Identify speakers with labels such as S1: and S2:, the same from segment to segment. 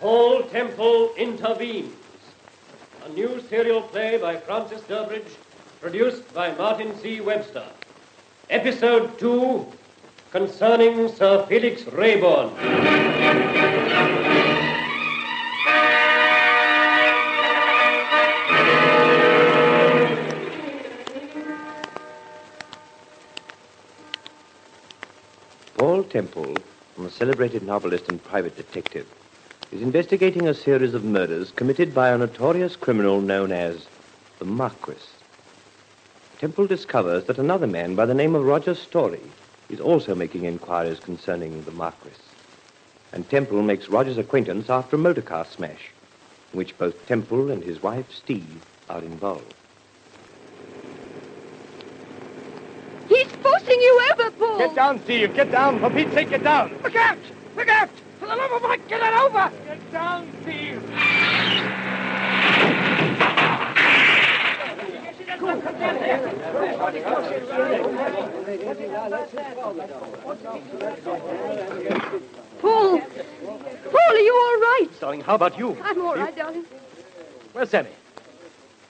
S1: Paul Temple intervenes. A new serial play by Francis Durbridge, produced by Martin C. Webster. Episode 2 Concerning Sir Felix Rayborn.
S2: Paul Temple, the celebrated novelist and private detective, is investigating a series of murders committed by a notorious criminal known as the Marquis. Temple discovers that another man by the name of Roger Story is also making inquiries concerning the Marquis. And Temple makes Roger's acquaintance after a motor car smash, in which both Temple and his wife, Steve, are involved.
S3: He's forcing you over, Paul.
S4: Get down, Steve. Get down. For Pete's sake, get down.
S5: Look out! Look out! For the love of Mike, get it over!
S4: Get down, Steve.
S3: Paul. Paul, are you all right?
S4: Darling, how about you?
S3: I'm all right, darling.
S4: Where's Sammy?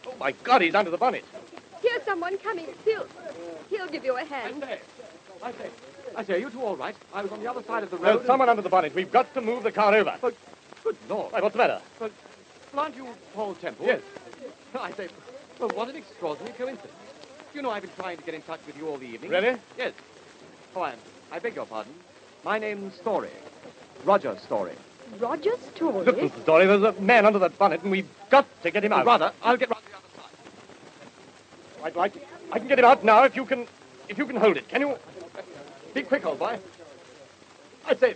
S4: Oh, my God, he's under the bonnet.
S3: Here's someone coming. He'll, he'll give you a hand.
S4: say, I say, I say, are you two all right? I was on the other side of the road. There's someone under the bonnet. We've got to move the car over. But, good Lord. Why, what's the matter? But, aren't you Paul Temple? Yes. I say, well, what an extraordinary coincidence. You know, I've been trying to get in touch with you all the evening. Really? Yes. Oh, I, I beg your pardon. My name's Story. Roger Story.
S3: Roger Story?
S4: Look, Mr. Story, there's a man under that bonnet, and we've got to get him out. Rather, I'll get round the other side. I'd like. I can get him out now if you can. If you can hold it, can you? Be quick, old boy. I say,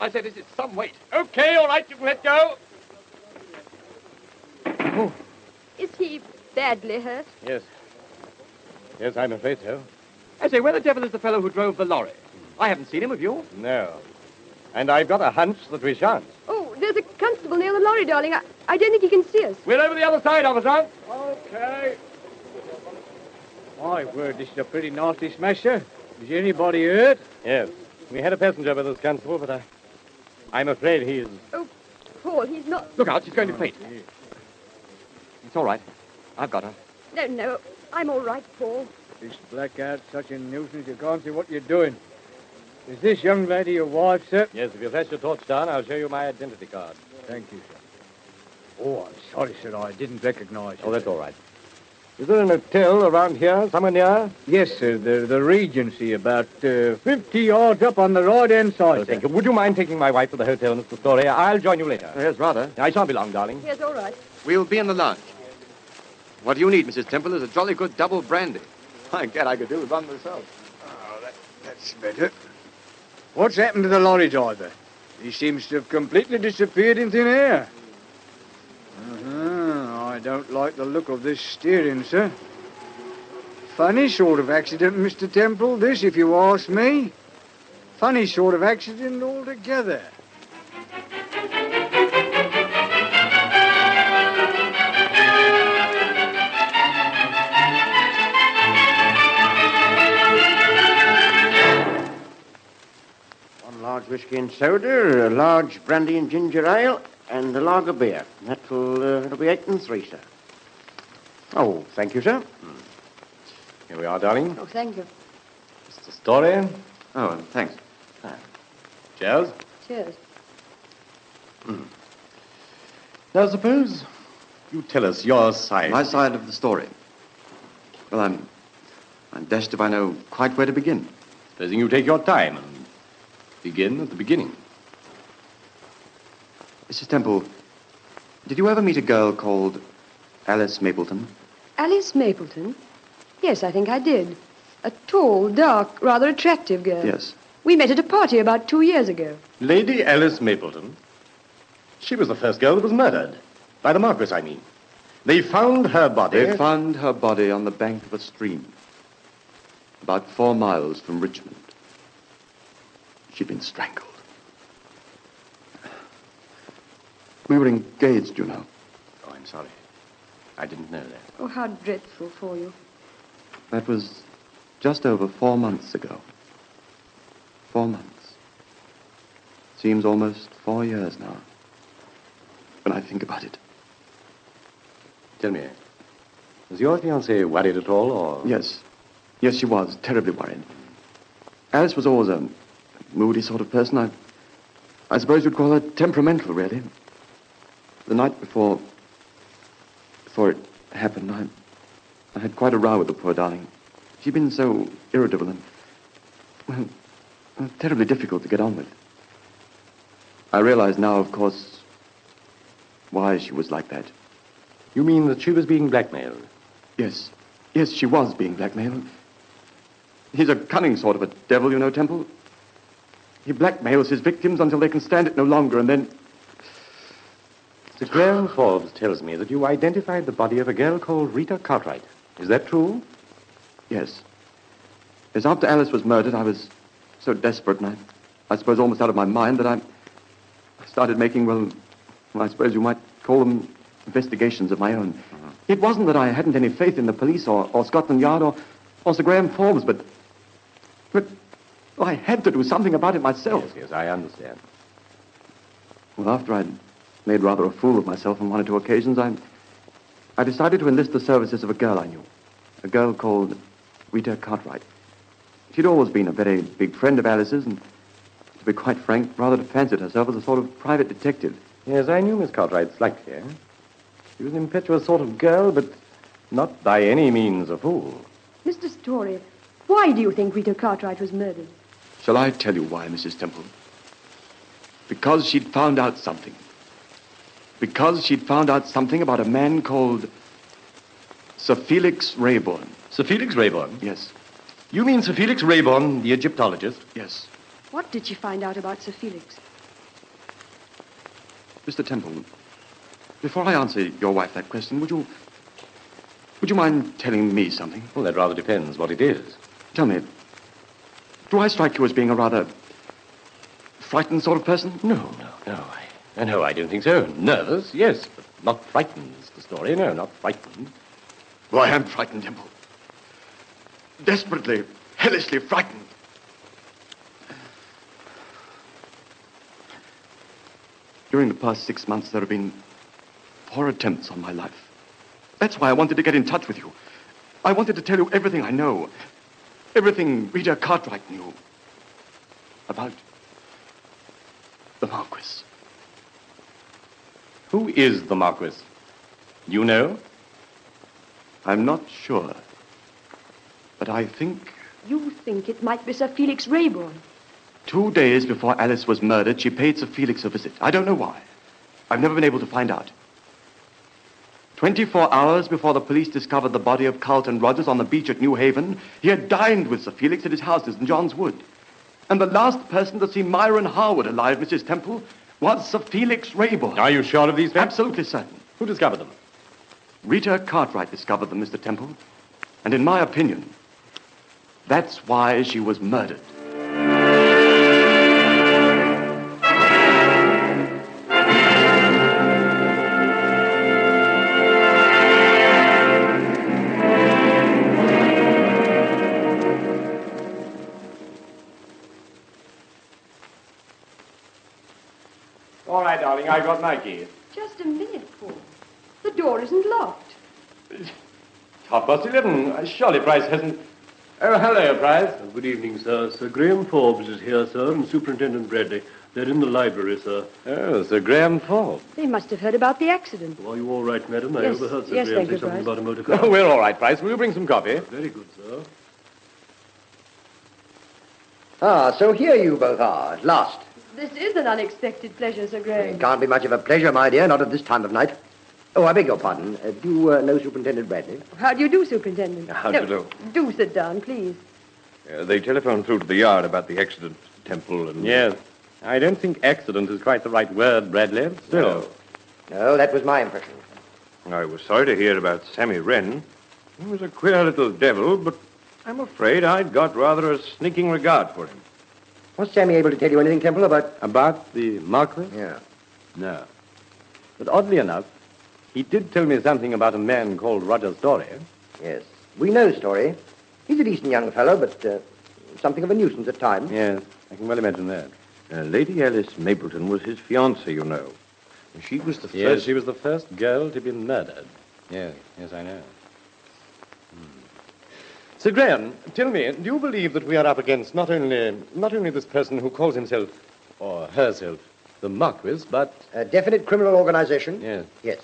S4: I say, this is some weight. Okay, all right, you can let go.
S3: Is he badly hurt?
S4: Yes. Yes, I'm afraid so. I say, where the devil is the fellow who drove the lorry? I haven't seen him, have you? No. And I've got a hunch that we shan't.
S3: Oh, there's a constable near the lorry, darling. I, I don't think he can see us.
S4: We're over the other side, officer. Okay. My word, this is a pretty nasty smash, sir. Is anybody hurt? Yes. We had a passenger with us, Constable, but I, I'm afraid he's...
S3: Oh, Paul, he's not.
S4: Look out, she's going to faint. It's all right. I've got her.
S3: No, no. I'm all right, Paul.
S6: This blackout's such a nuisance, you can't see what you're doing. Is this young lady your wife, sir?
S4: Yes, if you flash your torch down, I'll show you my identity card.
S6: Thank you, sir. Oh, I'm sorry, sir. I didn't recognize you.
S4: Oh, that's all right. Is there an hotel around here, somewhere near?
S6: Yes, sir. The, the Regency, about uh, 50 yards up on the right-hand side,
S4: Oh,
S6: sir.
S4: thank you. Would you mind taking my wife to the hotel, Mr. Story? I'll join you later.
S7: Uh,
S4: Yes, rather. I shan't be long, darling.
S3: Here's all right.
S7: We'll be in the lounge. What you need, Mrs. Temple, is a jolly good double brandy. I get I could do with one myself.
S6: Oh, that, that's better. What's happened to the lorry driver? He seems to have completely disappeared in thin air. Uh-huh. I don't like the look of this steering, sir. Funny sort of accident, Mr. Temple, this, if you ask me. Funny sort of accident altogether.
S8: One large whiskey and soda, a large brandy and ginger ale, and a lager beer. That'll, uh, that'll be eight and three, sir. Oh, thank you, sir.
S4: Hmm.
S7: Here we are, darling.
S3: Oh, thank you.
S7: Mr. Story.
S8: Oh, and thanks.
S7: Cheers.
S3: Cheers.
S7: Now, suppose you tell us your side.
S8: My side of the story. Well, I'm, I'm dashed if I know quite where to begin.
S7: Supposing you take your time and begin at the beginning.
S8: Mrs. Temple, did you ever meet a girl called Alice Mapleton?
S3: Alice Mapleton? Yes, I think I did. A tall, dark, rather attractive girl.
S8: Yes.
S3: We met at a party about two years ago.
S7: Lady Alice Mapleton. She was the first girl that was murdered. By the Marquis, I mean. They found her body.
S8: They found her body on the bank of a stream, about four miles from Richmond. She'd been strangled. We were engaged, you know.
S7: Oh, I'm sorry. I didn't know that.
S3: Oh, how dreadful for you.
S8: That was just over four months ago. Four months. Seems almost four years now.
S2: when I think about it. Tell me, was your fiancée worried at all, or?
S8: Yes. Yes, she was terribly worried. Alice was always a moody sort of person. I, I suppose you'd call her temperamental, really. The night before, before it happened, I, I had quite a row with the poor darling. She'd been so irritable and, well, well, terribly difficult to get on with. I realize now, of course, why she was like that.
S2: You mean that she was being blackmailed?
S8: Yes. Yes, she was being blackmailed. He's a cunning sort of a devil, you know, Temple. He blackmails his victims until they can stand it no longer, and then.
S2: Sir Graham Forbes tells me that you identified the body of a girl called Rita Cartwright. Is that true?
S8: Yes. Yes, after Alice was murdered, I was so desperate, and I, I suppose almost out of my mind, that I started making, well, I suppose you might call them investigations of my own. It wasn't that I hadn't any faith in the police or, or Scotland Yard or, or Sir Graham Forbes, but, but oh, I had to do something about it myself.
S2: Yes, yes, I understand.
S8: Well, after I'd made rather a fool of myself on one or two occasions, I, I decided to enlist the services of a girl I knew, a girl called Rita Cartwright. She'd always been a very big friend of Alice's, and to be quite frank, rather fancied herself as a sort of private detective.
S2: Yes, I knew Miss Cartwright slightly. eh? She was an impetuous sort of girl, but not by any means a fool.
S3: Mr. Story, why do you think Rita Cartwright was murdered?
S8: Shall I tell you why, Mrs. Temple? Because she'd found out something. Because she'd found out something about a man called Sir Felix Rayborn.
S2: Sir Felix Rayborn?
S8: Yes,
S2: You mean Sir Felix Rayborn, the Egyptologist?
S8: yes.
S3: What did she find out about Sir Felix?
S8: Mr. Temple, before I answer your wife that question, would you. Would you mind telling me something?
S2: Well, that rather depends what it is.
S8: Tell me, do I strike you as being a rather frightened sort of person?
S2: No, no, no. I, I know, I don't think so. Nervous, yes, but not frightened is the story. No, not frightened.
S8: Oh, I am frightened, Temple. Desperately, hellishly frightened. During the past six months, there have been four attempts on my life. That's why I wanted to get in touch with you. I wanted to tell you everything I know, everything Rita Cartwright knew about the Marquis.
S2: Who is the Marquis? You know?
S8: I'm not sure, but I think
S3: You think it might be Sir Felix Rayborn.
S8: Two days before Alice was murdered, she paid Sir Felix a visit. I don't know why. I've never been able to find out. 24 hours before the police discovered the body of Carlton Rogers on the beach at New Haven, he had dined with Sir Felix at his houses in John's Wood. And the last person to see Myron Harwood alive, Mrs. Temple, was Sir Felix Rayborn.
S2: Are you sure of these facts?
S8: Absolutely certain.
S2: Who discovered them?
S8: Rita Cartwright discovered them, Mr. Temple. And in my opinion, that's why she was murdered.
S9: All right, darling, I got my keys.
S3: Just a minute, Paul. The door isn't locked.
S9: Half past eleven. Uh, Surely Price hasn't. Oh, hello, Price.
S1: Uh, Good evening, sir. Sir Graham Forbes is here, sir, and Superintendent Bradley. They're in the library, sir.
S2: Oh, Sir Graham Forbes.
S3: They must have heard about the accident.
S1: Are you all right, madam? I
S3: Yes,
S1: overheard Sir
S3: yes,
S1: Graham
S3: thank
S1: say
S3: you,
S1: something
S3: Bryce.
S1: about a motor car.
S2: Oh, we're all right, Price. Will you bring some coffee?
S1: Very good, sir.
S4: Ah, so here you both are, at last.
S3: This is an unexpected pleasure, Sir
S4: It
S3: Graham.
S4: can't be much of a pleasure, my dear, not at this time of night. Oh, I beg your pardon. Uh, do you uh, know Superintendent Bradley?
S3: How do you do, Superintendent?
S10: How
S3: no,
S10: do you
S3: Do sit down, please.
S10: Uh, they telephoned through to the yard about the accident, Temple, and...
S2: Yes. I don't think accident is quite the right word, Bradley. Still,
S4: No, that was my impression.
S10: I was sorry to hear about Sammy Wren. He was a queer little devil, but I'm afraid I'd got rather a sneaking regard for him.
S4: Was Sammy able to tell you anything, Temple, about...
S2: about the Marquis?
S4: Yeah.
S2: No. But oddly enough, he did tell me something about a man called Roger Story.
S4: Yes. We know Story. He's a decent young fellow, but uh, something of a nuisance at times.
S2: Yes, I can well imagine that.
S10: Uh, Lady Alice Mapleton was his fiancée, you know.
S11: She was the first.
S2: Yes, she was the first girl to be murdered. Hmm.
S11: Yes, yes, I know.
S2: Sir Graham, tell me, do you believe that we are up against not only not only this person who calls himself or herself the Marquis, but
S4: A definite criminal organization?
S2: Yes.
S4: Yes.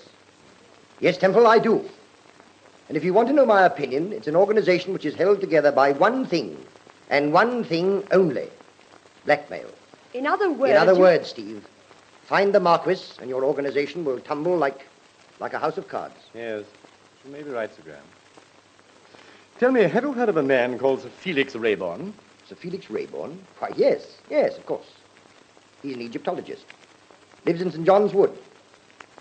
S4: Yes, Temple, I do. And if you want to know my opinion, it's an organization which is held together by one thing, and one thing only blackmail.
S3: In other words.
S4: In other
S3: you-
S4: words, Steve, find the Marquis, and your organization will tumble like, like a house of cards.
S2: yes, you may be right, Sir Graham. Tell me, have you heard of a man called Sir Felix Rayborn?
S4: Sir Felix Rayborn? Why, yes, yes, of course. He's an Egyptologist. Lives in St. John's Wood.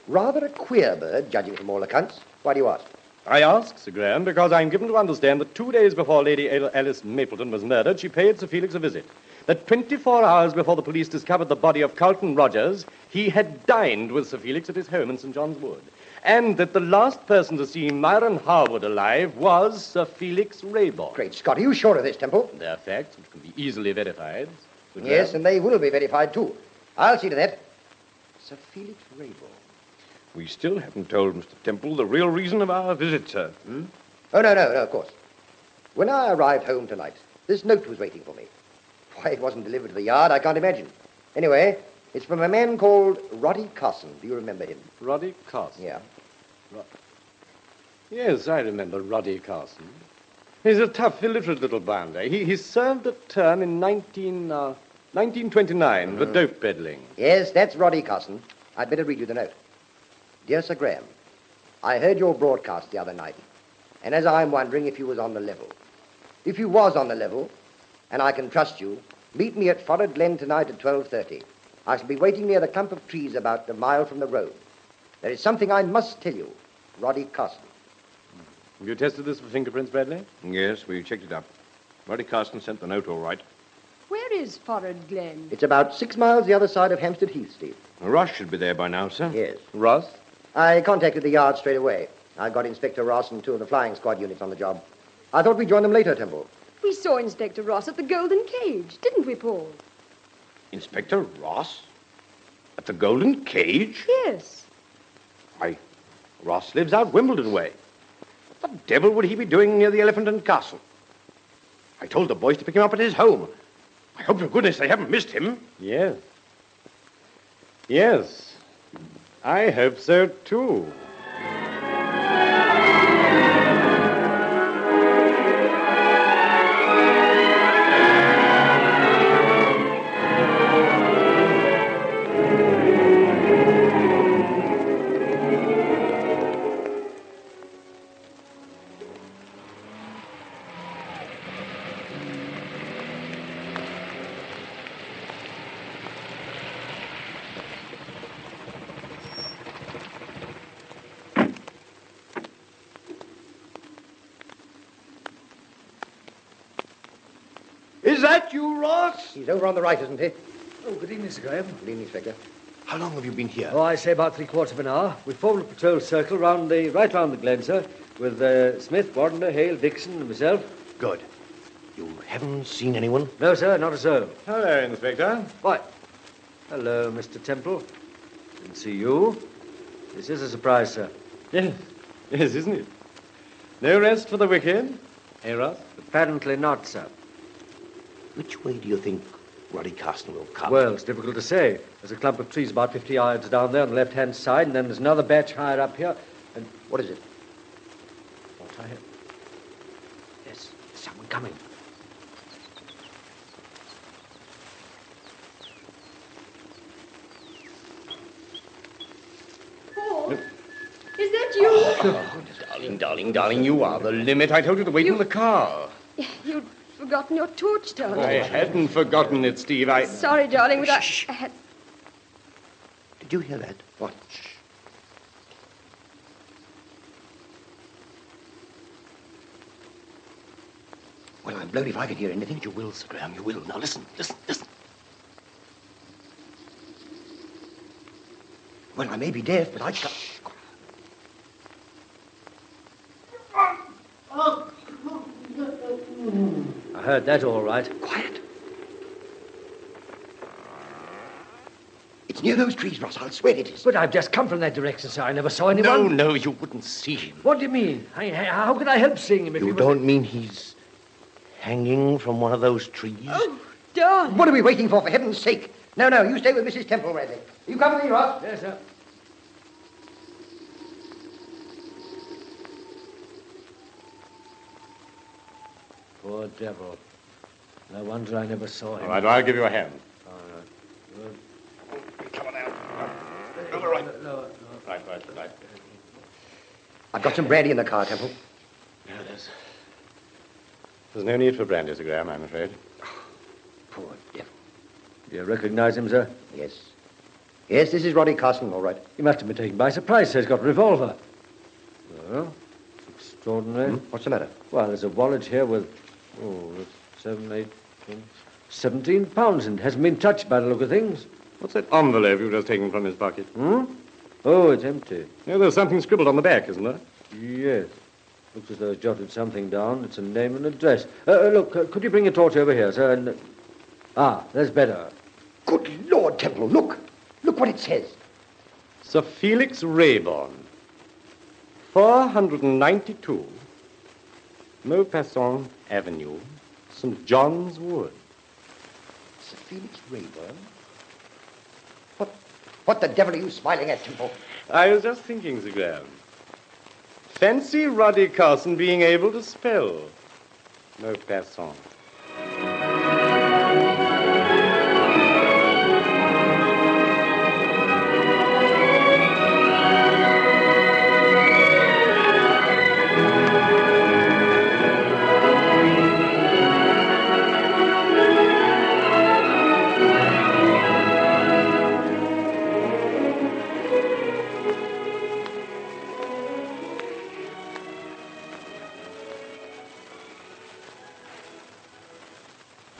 S4: Rather a queer bird, judging from all accounts. Why do you ask?
S2: I ask, Sir Graham, because I am given to understand that two days before Lady Al- Alice Mapleton was murdered, she paid Sir Felix a visit. That 24 hours before the police discovered the body of Carlton Rogers, he had dined with Sir Felix at his home in St. John's Wood. And that the last person to see Myron Harwood alive was Sir Felix Rayborn.
S4: Great Scott, are you sure of this, Temple?
S2: There are facts which can be easily verified. Sir
S4: Yes,
S2: Graham.
S4: and they will be verified too. I'll see to that. Sir Felix Rayborn.
S11: We still haven't told Mr. Temple the real reason of our visit, sir. Hmm?
S4: Oh, no, no, no, of course. When I arrived home tonight, this note was waiting for me. Why it wasn't delivered to the yard, I can't imagine. Anyway, it's from a man called Roddy Carson. Do you remember him?
S2: Roddy Carson?
S4: Yeah.
S2: Ro- Yes, I remember Roddy Carson. He's a tough, illiterate little bounder. He, he served a term in 19, uh, 1929 for
S12: Mm.
S4: Mhm.
S2: dope peddling.
S4: Yes, that's Roddy Carson. I'd better read you the note. Dear Sir Graham, I heard your broadcast the other night, and as I'm wondering if you was on the level. If you was on the level, and I can trust you, meet me at Forrard Glen tonight at 12.30. I shall be waiting near the clump of trees about a mile from the road. There is something I must tell you, Roddy Carson.
S2: Have you tested this for fingerprints, Bradley?
S11: Yes, we checked it up. Roddy Carson sent the note all right.
S3: Where is Forrard Glen?
S4: It's about six miles the other side of Hampstead Heath, Steve.
S11: Ross should be there by now, sir.
S4: Yes.
S2: Ross?
S4: I contacted the yard straight away. I got Inspector Ross and two of the flying squad units on the job. I thought we'd join them later, Temple.
S3: We saw Inspector Ross at the Golden Cage, didn't we, Paul?
S11: Inspector Ross? At the Golden Cage?
S3: Yes.
S11: Why, Ross lives out Wimbledon way. What the devil would he be doing near the Elephant and Castle? I told the boys to pick him up at his home. I hope to goodness they haven't missed him.
S2: Yes. Yes. I hope so, too.
S4: Is that you, Ross? He's over on the right, isn't he? Oh, good evening, Sir Graham. Good evening, Inspector.
S11: How long have you been here?
S12: Oh, I say about three quarters of an hour. We formed a patrol circle round the right round the glen, sir, with uh, Smith, Wardener, Hale, Dixon, and myself.
S11: Good. You haven't seen anyone?
S12: No, sir, not a soul.
S2: Hello, Inspector.
S12: Why? Hello, Mr. Temple. Didn't see you. This is a surprise, sir.
S2: Yes. Yes, isn't it? No rest for the wicked. Eh, Ross?
S12: Apparently not, sir.
S11: Which way do you think Roddy Carson will
S4: Ah.
S11: come?
S12: Well, it's difficult to say. There's a clump of trees about 50 yards down there on the left hand side, and then there's another batch higher up here. And
S4: what is it?
S12: What I have.
S11: Yes, someone coming.
S3: Paul? Is that you?
S11: Darling, darling, darling, you are the limit. I told you to wait in the car.
S3: You'd forgotten your torch, darling.
S2: I hadn't forgotten it, Steve. I.
S3: Sorry, darling, but I, I had...
S11: Did you hear that? What?
S4: Well, I'm blowed if I can hear anything. You will, Sir Graham, you will. Now listen, listen, listen. Well, I may be deaf, but I can't.
S12: I heard that all right.
S4: Quiet. It's
S13: It's near those trees, Ross. I'll swear it is. But I've just come from that direction, sir. I never saw
S4: No,
S13: anyone.
S4: no, you wouldn't see him.
S13: What do you mean? I, I- how could I help seeing him if he
S11: You
S13: was...
S11: don't mean he's hanging from one of those trees?
S4: Oh. Darn. What are we waiting for, for heaven's sake? No, no, you stay with Mrs. Temple, Radley. You come with me, Ross.
S13: Yes, sir. Poor devil. No wonder I never saw him.
S2: All right, well, I'll give you a hand.
S13: All right. Well,
S2: Come on out. All right. Right, right, right.
S4: I've got some brandy in the car, Temple.
S2: There it is. There's no need for brandy, Sir Graham, I'm afraid.
S4: Poor devil.
S12: Do you recognize him, sir?
S4: Yes. Yes, this is Roddy Carson, all right.
S12: He must have been taken by surprise, sir. He's got a revolver. Well, it's extraordinary.
S2: Hmm?
S4: What's the matter?
S12: Well, there's a wallet here with, oh, that's seven, eight, ten, 17 pounds and hasn't been touched by the look of things.
S2: What's that envelope you've just taken from his pocket?
S12: Hmm? Oh, it's empty.
S2: Yeah, there's something scribbled on the back, isn't there?
S12: Yes. Looks as though it's jotted something down. It's a name and address. Uh, uh, look, uh, could you bring your torch over here, sir? And... uh, Ah, that's better.
S4: Good Lord, Temple, look. Look what it says.
S2: Sir Felix Rayborn. 492 Maupassant Avenue, St. John's Wood.
S4: Sir Felix Rayburn? What, what the devil are you smiling at, Temple?
S2: I was just thinking, Sir Graham. Fancy Roddy Carson being able to spell Maupassant.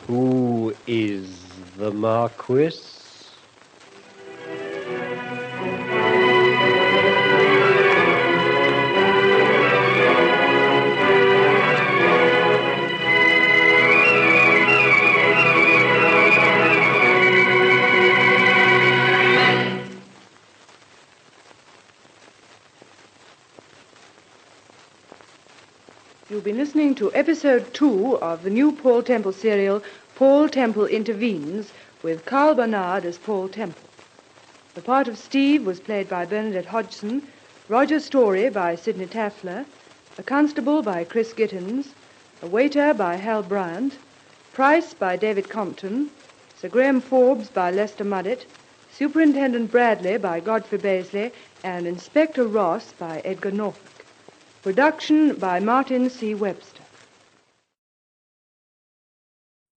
S11: Who is the Marquis?
S14: You've been listening to episode two of the new Paul Temple serial, Paul Temple Intervenes, with Carl Barnard as Paul Temple. The part of Steve was played by Bernadette Hodgson, Roger Story by Sidney Tafler, a constable by Chris Gittins, a waiter by Hal Bryant, Price by David Compton, Sir Graham Forbes by Lester Muddett, Superintendent Bradley by Godfrey Baisley, and Inspector Ross by Edgar North. Production by Martin C. Webster.